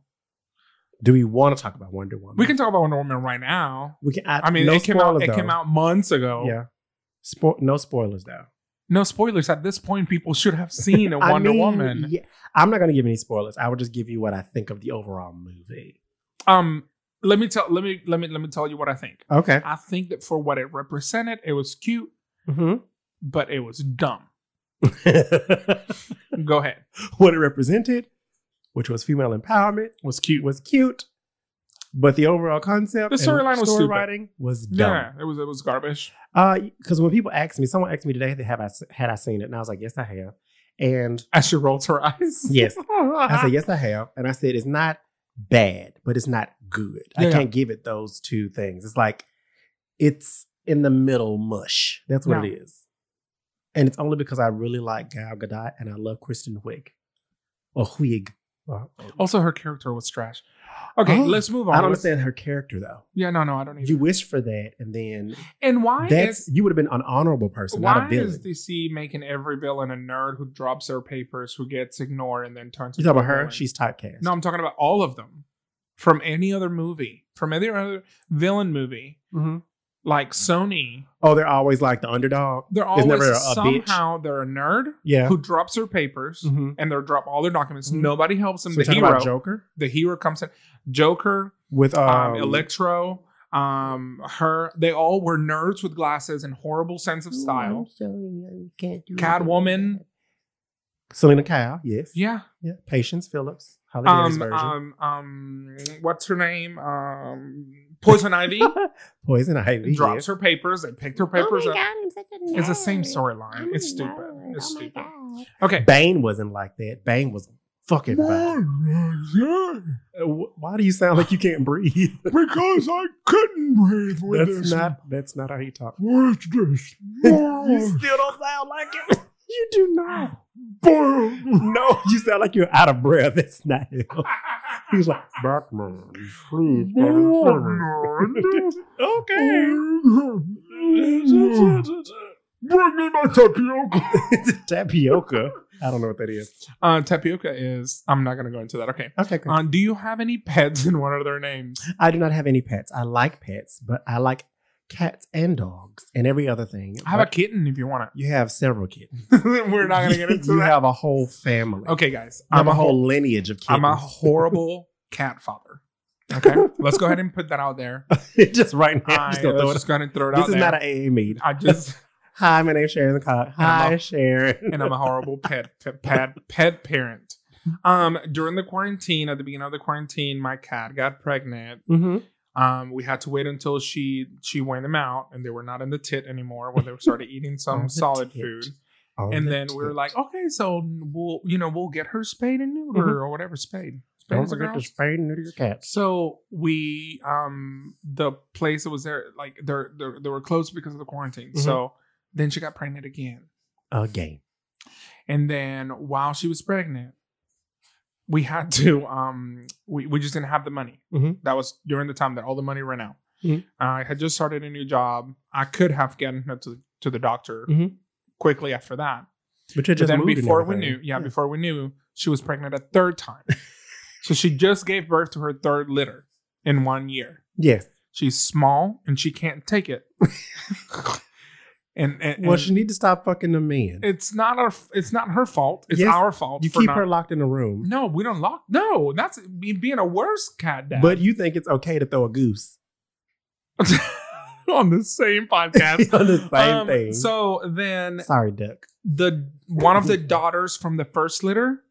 [SPEAKER 2] Do we want to talk about Wonder Woman?
[SPEAKER 1] Mm. We can talk about Wonder Woman right now.
[SPEAKER 2] We can. I,
[SPEAKER 1] I mean,
[SPEAKER 2] no
[SPEAKER 1] it came out.
[SPEAKER 2] spoilers,
[SPEAKER 1] It came
[SPEAKER 2] though.
[SPEAKER 1] out months ago.
[SPEAKER 2] Yeah. Spo- no spoilers though.
[SPEAKER 1] No spoilers. At this point, people should have seen a
[SPEAKER 2] I
[SPEAKER 1] Wonder
[SPEAKER 2] mean,
[SPEAKER 1] Woman.
[SPEAKER 2] Yeah, I'm not gonna give any spoilers. I would just give you what I think of the overall movie.
[SPEAKER 1] Um, let me tell. Let me let me let me tell you what I think.
[SPEAKER 2] Okay.
[SPEAKER 1] I think that for what it represented, it was cute,
[SPEAKER 2] Mm-hmm.
[SPEAKER 1] but it was dumb. Go ahead.
[SPEAKER 2] what it represented, which was female empowerment,
[SPEAKER 1] Was cute.
[SPEAKER 2] was cute, but the overall concept,
[SPEAKER 1] The
[SPEAKER 2] and
[SPEAKER 1] storyline was
[SPEAKER 2] story
[SPEAKER 1] stupid.
[SPEAKER 2] writing was
[SPEAKER 1] yeah,
[SPEAKER 2] dumb.
[SPEAKER 1] it was it was garbage.
[SPEAKER 2] Because when people ask me, someone asked me today, "Have I s- had I seen it?" And I was like, "Yes, I have." And
[SPEAKER 1] As she rolls her eyes.
[SPEAKER 2] yes, I said, yes, I have. And I said, it's not bad, but it's not good. I
[SPEAKER 1] Yeah.
[SPEAKER 2] can't give it those two things. It's like, it's in the middle mush. That's what it is. And it's only because I really like Gal Gadot and I love Kristen Wiig or Huig Well,
[SPEAKER 1] Also, her character was trash. Okay,
[SPEAKER 2] Oh,
[SPEAKER 1] let's move on.
[SPEAKER 2] I don't
[SPEAKER 1] Let's-
[SPEAKER 2] understand her character though.
[SPEAKER 1] Yeah, no, no, I don't either.
[SPEAKER 2] You wish for that, and then
[SPEAKER 1] and why
[SPEAKER 2] that's
[SPEAKER 1] is
[SPEAKER 2] you would have been an honorable person, not
[SPEAKER 1] why
[SPEAKER 2] a
[SPEAKER 1] is
[SPEAKER 2] villain.
[SPEAKER 1] DC making every villain a nerd who drops their papers, who gets ignored, and then turns?
[SPEAKER 2] you
[SPEAKER 1] into
[SPEAKER 2] talk about
[SPEAKER 1] a
[SPEAKER 2] her?
[SPEAKER 1] villain?
[SPEAKER 2] She's typecast.
[SPEAKER 1] no. I'm talking about all of them from any other movie, from any other villain movie.
[SPEAKER 2] Mhm.
[SPEAKER 1] Like Sony,
[SPEAKER 2] Oh, they're always like the underdog.
[SPEAKER 1] they're always
[SPEAKER 2] never a- a bitch.
[SPEAKER 1] somehow they're a nerd
[SPEAKER 2] Yeah.
[SPEAKER 1] who drops their papers
[SPEAKER 2] Mm-hmm.
[SPEAKER 1] and they'll drop all their documents.
[SPEAKER 2] Mhm.
[SPEAKER 1] Nobody helps them.
[SPEAKER 2] So we're
[SPEAKER 1] the
[SPEAKER 2] talking
[SPEAKER 1] hero,
[SPEAKER 2] about Joker
[SPEAKER 1] the hero comes in. Joker,
[SPEAKER 2] with um,
[SPEAKER 1] um, Electro, um, her. They all were nerds with glasses and horrible sense of style. Catwoman.
[SPEAKER 2] Selena Kyle. Yes.
[SPEAKER 1] Yeah.
[SPEAKER 2] Yeah. Patience Phillips. Holly Berry's
[SPEAKER 1] Um,
[SPEAKER 2] version.
[SPEAKER 1] um, um, what's her name? Um, Poison Ivy
[SPEAKER 2] Poison Ivy.
[SPEAKER 1] drops
[SPEAKER 2] yes.
[SPEAKER 1] her papers. They picked her papers up. It's the same storyline. It's stupid. It's stupid. Okay.
[SPEAKER 2] Bane wasn't like that. Bane was fucking bad. Uh, wh- Why do you sound like you can't breathe?
[SPEAKER 1] Because I couldn't breathe
[SPEAKER 2] that's not. That's not how you talk.
[SPEAKER 1] What's this?
[SPEAKER 2] still don't sound like it. You do not. No, you sound like you're out of breath. That's not him. He's like Batman. please, Batman."
[SPEAKER 1] Bring me my tapioca.
[SPEAKER 2] Tapioca. I don't know what that is.
[SPEAKER 1] Uh, tapioca is. I'm not gonna go into that. Okay.
[SPEAKER 2] Okay, good.
[SPEAKER 1] Uh, do you have any pets and what are their names?
[SPEAKER 2] Um, I do not have any pets. I like pets, but I like cats and dogs and every other thing.
[SPEAKER 1] I have a
[SPEAKER 2] But
[SPEAKER 1] kitten if you want
[SPEAKER 2] you have several kittens.
[SPEAKER 1] it. We're not gonna get into
[SPEAKER 2] you
[SPEAKER 1] that.
[SPEAKER 2] have a whole family.
[SPEAKER 1] okay, guys.
[SPEAKER 2] You have
[SPEAKER 1] I'm
[SPEAKER 2] a
[SPEAKER 1] a whole.
[SPEAKER 2] whole lineage of kittens.
[SPEAKER 1] I'm a horrible cat father. Okay. Let's go ahead and put that out there.
[SPEAKER 2] just right now. I'm
[SPEAKER 1] I,
[SPEAKER 2] just gonna throw
[SPEAKER 1] let's
[SPEAKER 2] it.
[SPEAKER 1] just go ahead and throw it
[SPEAKER 2] This
[SPEAKER 1] out
[SPEAKER 2] is
[SPEAKER 1] there.
[SPEAKER 2] not an AA meet.
[SPEAKER 1] I just
[SPEAKER 2] Hi, my name's Sharon Cox.
[SPEAKER 1] I'm
[SPEAKER 2] Hi, Sharon.
[SPEAKER 1] and I'm a horrible pet pet pet, pet parent. Um, during the quarantine, at the beginning of the quarantine, my cat got pregnant.
[SPEAKER 2] mm-hmm.
[SPEAKER 1] Um, we had to wait until she she weaned them out, and they were not in the tit anymore. When they started eating
[SPEAKER 2] Oh,
[SPEAKER 1] some
[SPEAKER 2] the
[SPEAKER 1] solid
[SPEAKER 2] tit.
[SPEAKER 1] food,
[SPEAKER 2] Oh,
[SPEAKER 1] and then we were like, okay, so we'll you know we'll get her spayed and neutered or whatever spayed.
[SPEAKER 2] Mm-hmm.
[SPEAKER 1] Spayed
[SPEAKER 2] don't
[SPEAKER 1] is a
[SPEAKER 2] forget
[SPEAKER 1] girl.
[SPEAKER 2] to spray and neuter your cats.
[SPEAKER 1] So we um the place that was there like they're, they're they were closed because of the quarantine.
[SPEAKER 2] Mhm.
[SPEAKER 1] So then she got pregnant again.
[SPEAKER 2] Again.
[SPEAKER 1] And then while she was pregnant, we had to um we, we just didn't have the money.
[SPEAKER 2] Mhm.
[SPEAKER 1] That was during the time that all the money ran out.
[SPEAKER 2] Mhm.
[SPEAKER 1] I had just started a new job. I could have gotten her to, to the doctor
[SPEAKER 2] Mhm.
[SPEAKER 1] quickly after that.
[SPEAKER 2] But you
[SPEAKER 1] But
[SPEAKER 2] just
[SPEAKER 1] then
[SPEAKER 2] moved and
[SPEAKER 1] before we knew,
[SPEAKER 2] everything.
[SPEAKER 1] yeah, before we knew, she was pregnant a third time. so she just gave birth to her third litter in one year.
[SPEAKER 2] Yes.
[SPEAKER 1] She's small and she can't take it. and, and,
[SPEAKER 2] Well,
[SPEAKER 1] and
[SPEAKER 2] she need to stop fucking the men.
[SPEAKER 1] it's not our it's not her fault. It's
[SPEAKER 2] Yes,
[SPEAKER 1] our fault.
[SPEAKER 2] You
[SPEAKER 1] for
[SPEAKER 2] keep
[SPEAKER 1] not-
[SPEAKER 2] her locked in a room,
[SPEAKER 1] No, we don't lock. No, that's be- being a worse cat dad.
[SPEAKER 2] but you think it's okay to throw a goose
[SPEAKER 1] on the same podcast.
[SPEAKER 2] on the same
[SPEAKER 1] Um,
[SPEAKER 2] thing.
[SPEAKER 1] So then
[SPEAKER 2] Sorry, duck.
[SPEAKER 1] the one of the daughters from the first litter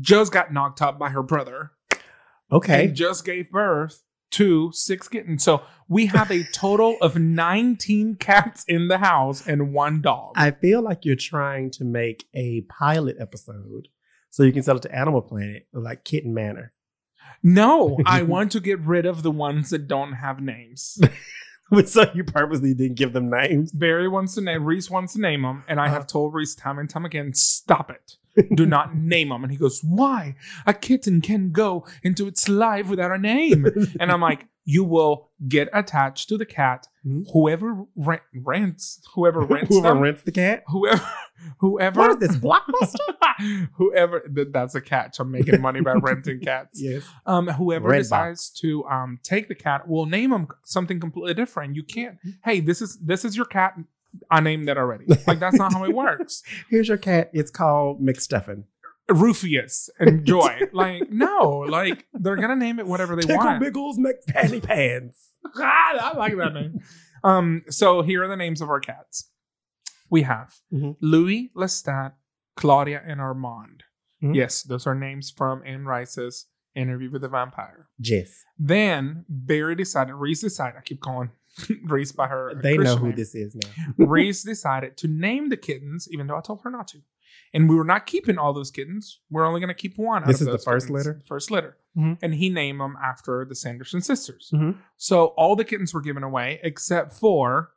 [SPEAKER 1] just got knocked up by her brother
[SPEAKER 2] Mm-hmm. Okay.
[SPEAKER 1] and just gave birth to six kittens. So we have a total of 19 cats in the house and one dog.
[SPEAKER 2] I feel like you're trying to make a pilot episode so you can sell it to Animal Planet, like Kitten Manor.
[SPEAKER 1] no, I want to get rid of the ones that don't have names.
[SPEAKER 2] so you purposely didn't give them names.
[SPEAKER 1] Barry wants to name Reese wants to name him, and I
[SPEAKER 2] Uh-huh.
[SPEAKER 1] have told Reese time and time again, stop it. Do not name him. And he goes, Why? A kitten can go into its life without a name. and I'm like, You will get attached to the cat.
[SPEAKER 2] Mhm.
[SPEAKER 1] Whoever rent, rents, whoever rents
[SPEAKER 2] Whoever
[SPEAKER 1] them,
[SPEAKER 2] rents the cat.
[SPEAKER 1] whoever, whoever,
[SPEAKER 2] What is this blockbuster?
[SPEAKER 1] whoever. th- that's a catch. I'm making money by renting cats.
[SPEAKER 2] yes.
[SPEAKER 1] Um, whoever
[SPEAKER 2] Red
[SPEAKER 1] decides to um take the cat will name him something completely different. You can't. Hey, this is this is your cat. I named that already. Like that's not how it works.
[SPEAKER 2] Here's your cat. It's called McStuffin.
[SPEAKER 1] Rufius and Joy. Like no, like they're gonna name it whatever they
[SPEAKER 2] Tickle
[SPEAKER 1] want.
[SPEAKER 2] Biggles McPatty Pants.
[SPEAKER 1] Ah, I like that name. Um, so here are the names of our cats. We have
[SPEAKER 2] Mhm.
[SPEAKER 1] Louis, Lestat, Claudia, and Armand.
[SPEAKER 2] Mhm.
[SPEAKER 1] Yes, those are names from Anne Rice's Interview with the Vampire.
[SPEAKER 2] Jess.
[SPEAKER 1] Then Barry decided, Reese decided, I keep calling Reese by her.
[SPEAKER 2] They know
[SPEAKER 1] Christian
[SPEAKER 2] who
[SPEAKER 1] name.
[SPEAKER 2] this is now.
[SPEAKER 1] Reese decided to name the kittens, even though I told her not to. And we were not keeping all those kittens. We're only going to keep one. out
[SPEAKER 2] This is
[SPEAKER 1] of
[SPEAKER 2] the
[SPEAKER 1] those
[SPEAKER 2] first
[SPEAKER 1] kittens.
[SPEAKER 2] litter?
[SPEAKER 1] First litter.
[SPEAKER 2] Mhm.
[SPEAKER 1] And he named them after the Sanderson sisters.
[SPEAKER 2] Mhm.
[SPEAKER 1] So all the kittens were given away except for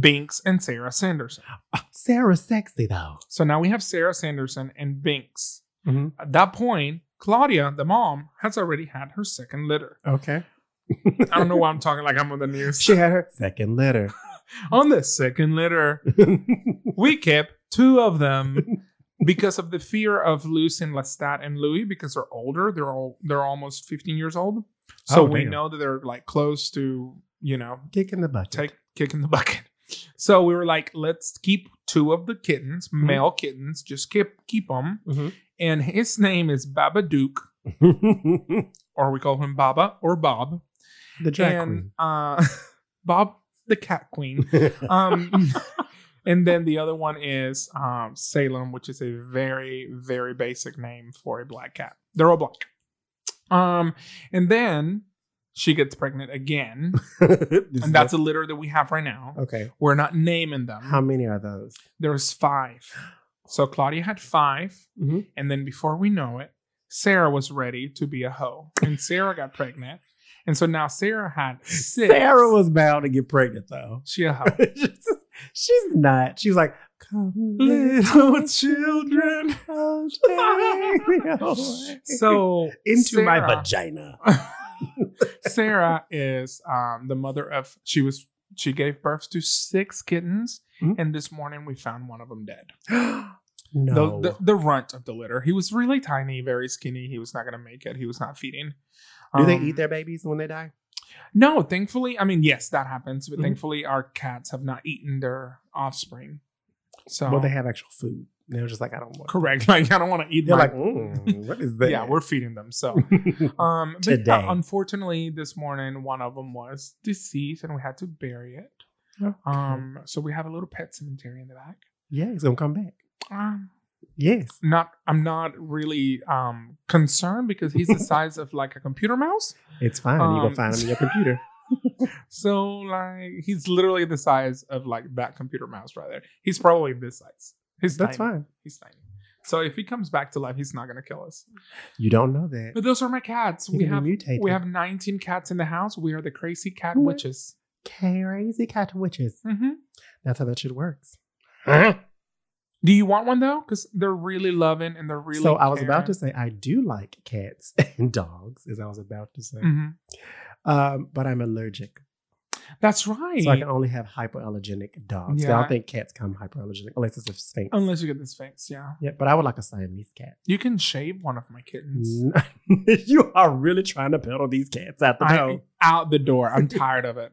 [SPEAKER 1] Binks and Sarah Sanderson.
[SPEAKER 2] Oh, Sarah's sexy though.
[SPEAKER 1] So now we have Sarah Sanderson and Binks.
[SPEAKER 2] Mhm.
[SPEAKER 1] At that point, Claudia, the mom, has already had her second litter.
[SPEAKER 2] Okay.
[SPEAKER 1] I don't know why I'm talking like I'm on the news.
[SPEAKER 2] She had her second litter.
[SPEAKER 1] on the second litter, we kept two of them because of the fear of losing Lestat and Louis because they're older. They're all they're almost 15 years old. So
[SPEAKER 2] Oh,
[SPEAKER 1] we
[SPEAKER 2] damn.
[SPEAKER 1] know that they're like close to, you know,
[SPEAKER 2] Kick in the butt.
[SPEAKER 1] take kick in the bucket. So we were like, let's keep two of the kittens,
[SPEAKER 2] Mm-hmm.
[SPEAKER 1] male kittens, just keep keep them.
[SPEAKER 2] Mhm.
[SPEAKER 1] And his name is Baba Duke,
[SPEAKER 2] the
[SPEAKER 1] or we call him Baba or Bob.
[SPEAKER 2] drag
[SPEAKER 1] and uh Bob the Cat Queen.
[SPEAKER 2] queen.
[SPEAKER 1] Um, and then the other one is um, Salem, which is a very, very basic name for a black cat. They're all black. Um, and then she gets pregnant again, and that's a litter that we have right now.
[SPEAKER 2] okay.
[SPEAKER 1] We're not naming them.
[SPEAKER 2] How many are those?
[SPEAKER 1] There's five. So Claudia had 5
[SPEAKER 2] Mhm.
[SPEAKER 1] and then before we know it, Sarah was ready to be a hoe, and Sarah got pregnant, and so now Sarah had six.
[SPEAKER 2] Sarah was bound to get pregnant though.
[SPEAKER 1] she a hoe.
[SPEAKER 2] She's not. She's like, come
[SPEAKER 1] Little children.
[SPEAKER 2] little child."
[SPEAKER 1] So
[SPEAKER 2] Oh into my
[SPEAKER 1] Sarah-
[SPEAKER 2] vagina.
[SPEAKER 1] Sarah is um, the mother of. She was. She gave birth to six kittens,
[SPEAKER 2] Mhm.
[SPEAKER 1] and this morning we found one of them dead. The-
[SPEAKER 2] no.
[SPEAKER 1] The, the, runt of the litter. He was really tiny, very skinny. He was not gonna make it. He was not feeding.
[SPEAKER 2] Do they
[SPEAKER 1] Um,
[SPEAKER 2] eat their babies when they die?
[SPEAKER 1] No, thankfully. I mean, yes, that happens, but
[SPEAKER 2] Mhm.
[SPEAKER 1] thankfully our cats have not eaten their offspring. So
[SPEAKER 2] Well, they have actual food. They're just like, I don't want.
[SPEAKER 1] correct. Like I don't want to eat.
[SPEAKER 2] They're
[SPEAKER 1] my-
[SPEAKER 2] like, mm, what is that?
[SPEAKER 1] yeah, we're feeding them. So Um, but
[SPEAKER 2] Today.
[SPEAKER 1] yeah, unfortunately, this morning one of them was deceased, and we had to bury it.
[SPEAKER 2] Okay.
[SPEAKER 1] Um, so we have a little pet cemetery in the back.
[SPEAKER 2] yeah, he's gonna come back. Ah.
[SPEAKER 1] Um,
[SPEAKER 2] Yes.
[SPEAKER 1] not, I'm not really um concerned because he's the size of like a computer mouse.
[SPEAKER 2] It's fine. you
[SPEAKER 1] Um,
[SPEAKER 2] gonna find him in your computer.
[SPEAKER 1] So like, he's literally the size of like that computer mouse right there. He's probably this size. He's
[SPEAKER 2] That's
[SPEAKER 1] tiny.
[SPEAKER 2] fine.
[SPEAKER 1] He's tiny. So if he comes back to life, he's not gonna kill us.
[SPEAKER 2] You don't know that.
[SPEAKER 1] But those are my cats.
[SPEAKER 2] He's
[SPEAKER 1] we
[SPEAKER 2] gonna
[SPEAKER 1] have
[SPEAKER 2] mutate
[SPEAKER 1] we
[SPEAKER 2] it.
[SPEAKER 1] have 19 cats in the house. We are the crazy cat
[SPEAKER 2] What?
[SPEAKER 1] witches.
[SPEAKER 2] crazy cat witches.
[SPEAKER 1] Mm-hmm.
[SPEAKER 2] That's how that shit works.
[SPEAKER 1] Do you want one though? Because they're really loving and they're really.
[SPEAKER 2] so I was about to say I do like cats and dogs, as I was about to say,
[SPEAKER 1] hmm
[SPEAKER 2] um, but I'm allergic,
[SPEAKER 1] That's right.
[SPEAKER 2] so I can only have hypoallergenic dogs. I
[SPEAKER 1] Yeah.
[SPEAKER 2] don't think cats come hypoallergenic unless it's a sphinx.
[SPEAKER 1] Unless you get this fixed, yeah.
[SPEAKER 2] yeah, but I would like a Siamese cat.
[SPEAKER 1] You can shave one of my kittens.
[SPEAKER 2] you are really trying to peddle these cats out the
[SPEAKER 1] Mm. I,
[SPEAKER 2] door.
[SPEAKER 1] out the door. I'm tired of it.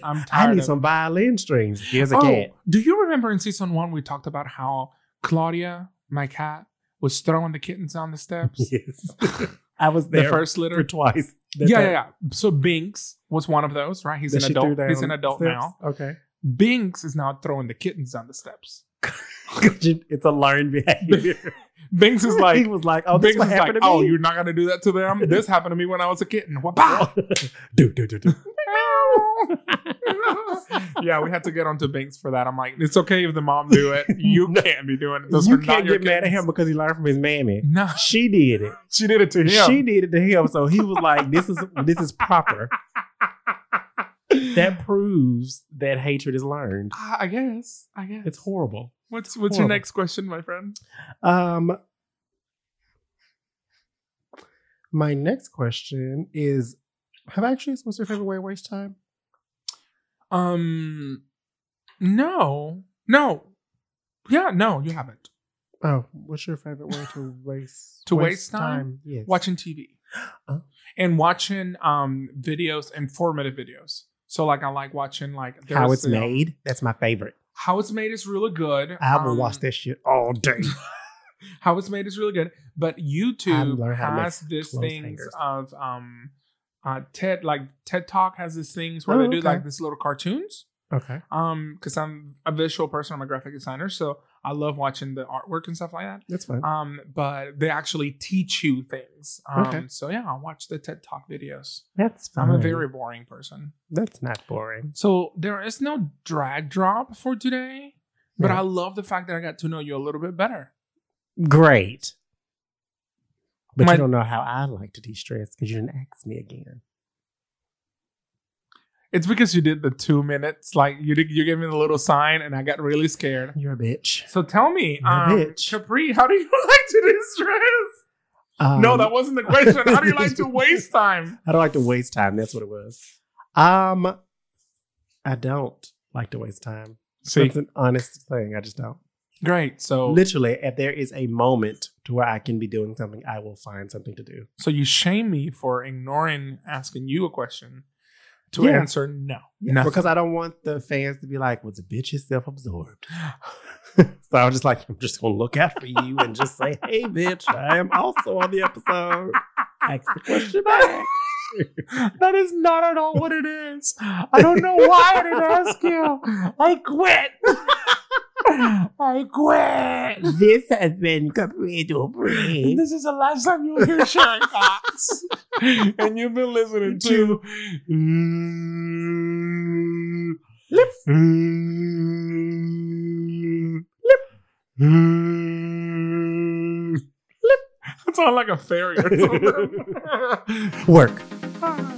[SPEAKER 1] I'm tired
[SPEAKER 2] I need
[SPEAKER 1] of
[SPEAKER 2] some violin strings. Here's a
[SPEAKER 1] oh,
[SPEAKER 2] cat.
[SPEAKER 1] Do you remember in season one we talked about how Claudia, my cat, was throwing the kittens down the steps?
[SPEAKER 2] Yes, I was
[SPEAKER 1] the
[SPEAKER 2] there
[SPEAKER 1] first
[SPEAKER 2] for
[SPEAKER 1] litter.
[SPEAKER 2] twice.
[SPEAKER 1] Yeah, yeah, yeah. So Binks was one of those, right? He's
[SPEAKER 2] That
[SPEAKER 1] an
[SPEAKER 2] she threw
[SPEAKER 1] adult. He's
[SPEAKER 2] down
[SPEAKER 1] an adult
[SPEAKER 2] steps.
[SPEAKER 1] now.
[SPEAKER 2] Okay.
[SPEAKER 1] Binks is now throwing the kittens down the steps.
[SPEAKER 2] it's a learned behavior.
[SPEAKER 1] Binks is like,
[SPEAKER 2] he was like, "Oh, this
[SPEAKER 1] Biggs
[SPEAKER 2] what
[SPEAKER 1] is
[SPEAKER 2] happened
[SPEAKER 1] like,
[SPEAKER 2] to me."
[SPEAKER 1] Oh, you're not gonna do that to them. this happened to me when I was a kitten. Wah-pow!
[SPEAKER 2] do do do do.
[SPEAKER 1] yeah, we had to get onto Binks for that. I'm like, it's okay if the mom do it. You can't be doing it. Those
[SPEAKER 2] you
[SPEAKER 1] are not
[SPEAKER 2] can't
[SPEAKER 1] your
[SPEAKER 2] get mad at
[SPEAKER 1] kittens.
[SPEAKER 2] him because he learned from his mammy.
[SPEAKER 1] No,
[SPEAKER 2] She did it.
[SPEAKER 1] she did it to him.
[SPEAKER 2] She did it to him, so he was like, "This is this is proper." That proves that hatred is learned.
[SPEAKER 1] I Ah, I guess. I guess.
[SPEAKER 2] It's horrible.
[SPEAKER 1] What's What's your
[SPEAKER 2] horrible.
[SPEAKER 1] next question, my friend?
[SPEAKER 2] Um, my next question is: Have I actually? What's your favorite way to waste time?
[SPEAKER 1] Um, no, no, yeah, no, you haven't.
[SPEAKER 2] Oh, what's your favorite way to waste
[SPEAKER 1] To waste time?
[SPEAKER 2] Yes.
[SPEAKER 1] Watching TV
[SPEAKER 2] Oh.
[SPEAKER 1] and watching um videos, informative videos. So like, I like watching like there
[SPEAKER 2] how it's
[SPEAKER 1] was the-
[SPEAKER 2] made. That's my favorite.
[SPEAKER 1] How It's Made is really good.
[SPEAKER 2] I will
[SPEAKER 1] Um,
[SPEAKER 2] watch that shit all day.
[SPEAKER 1] How It's Made is really good, but YouTube
[SPEAKER 2] learned how to make
[SPEAKER 1] has this
[SPEAKER 2] clothes
[SPEAKER 1] things
[SPEAKER 2] hangers.
[SPEAKER 1] of um, uh, TED like TED Talk has this things where
[SPEAKER 2] Oh,
[SPEAKER 1] they do
[SPEAKER 2] okay.
[SPEAKER 1] like these little cartoons.
[SPEAKER 2] okay.
[SPEAKER 1] Um, because I'm a visual person, I'm a graphic designer, so I love watching the artwork and stuff like that.
[SPEAKER 2] That's fine.
[SPEAKER 1] Um, but they actually teach you things. Um,
[SPEAKER 2] Okay.
[SPEAKER 1] so yeah, I watch the TED Talk videos.
[SPEAKER 2] That's fine.
[SPEAKER 1] I'm a very boring person.
[SPEAKER 2] That's not boring.
[SPEAKER 1] So there is no drag drop for today, but
[SPEAKER 2] Yeah.
[SPEAKER 1] I love the fact that I got to know you a little bit better.
[SPEAKER 2] Great. But
[SPEAKER 1] My-
[SPEAKER 2] you don't know how I like to de-stress because you didn't ask me again.
[SPEAKER 1] It's because you did the two minutes, like you did, you gave me the little sign, and I got really scared.
[SPEAKER 2] You're a bitch.
[SPEAKER 1] So tell me,
[SPEAKER 2] You're a
[SPEAKER 1] um,
[SPEAKER 2] bitch.
[SPEAKER 1] Capri, how do you like to distress?
[SPEAKER 2] Um,
[SPEAKER 1] no, that wasn't the question. How do you like to waste time?
[SPEAKER 2] I don't like to waste time. That's what it was. Um, I don't like to waste time.
[SPEAKER 1] See, Oh.
[SPEAKER 2] That's an honest thing. I just don't.
[SPEAKER 1] great. So,
[SPEAKER 2] Literally, if there is a moment to where I can be doing something, I will find something to do.
[SPEAKER 1] so you shame me for ignoring asking you a question to
[SPEAKER 2] Yeah.
[SPEAKER 1] answer no.
[SPEAKER 2] Yeah,
[SPEAKER 1] Nothing.
[SPEAKER 2] because I don't want the fans to be like, "Well, the bitch is self-absorbed." so I was just like, "I'm just gonna look out for you and just say, hey, bitch, I am also on the episode. Ask the question back."
[SPEAKER 1] that is not at all what it is. I don't know why I didn't ask you. I quit. I quit.
[SPEAKER 2] This has been Capito Bree.
[SPEAKER 1] This is the last time you'll hear Sharon Cox. and you've been listening to. Lip. Lip. Lip. Lip. It sounds like a fairy or something.
[SPEAKER 2] Work.
[SPEAKER 1] Bye.